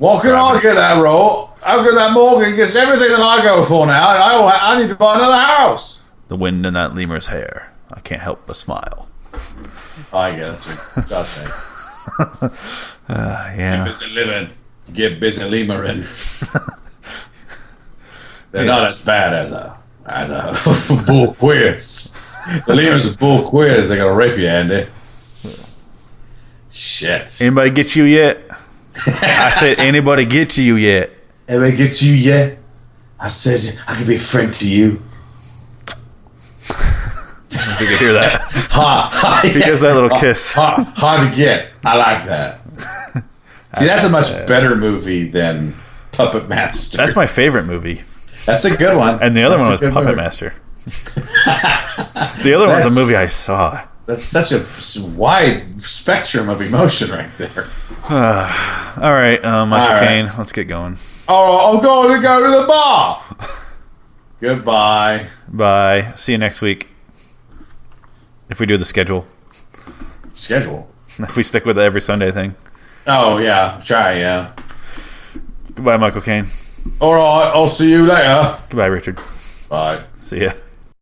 Well, can I Robert. get that role? I've got that Morgan gets everything that I go for now, and I, I need to buy another house. The wind in that lemur's hair. I can't help but smile. I guess that's what I think. Yeah, Busy living, get busy lemering. They're not as bad as a as a bull queers. The lemurs are bull queers. They're gonna rape you, Andy. Shit. anybody get you yet? I said, anybody get you yet? If it gets you yet? I said I could be a friend to you. If you could hear that, Ha! ha he yeah. does that little kiss. hard, hard to get. I like that. See, that's a much better movie than Puppet Master. That's my favorite movie. That's a good one. And the other That's one a was good Puppet movie. Master. the other one's That's- a movie I saw. That's such a s- wide spectrum of emotion right there. All right, um, Michael All right. Caine, let's get going. Oh, I'm going to go to the bar. Goodbye. Bye. See you next week. If we do the schedule, Schedule. if we stick with the every Sunday thing. Oh yeah, try yeah. Goodbye, Michael Caine. All right, I'll see you later. Goodbye, Richard. Bye. See ya.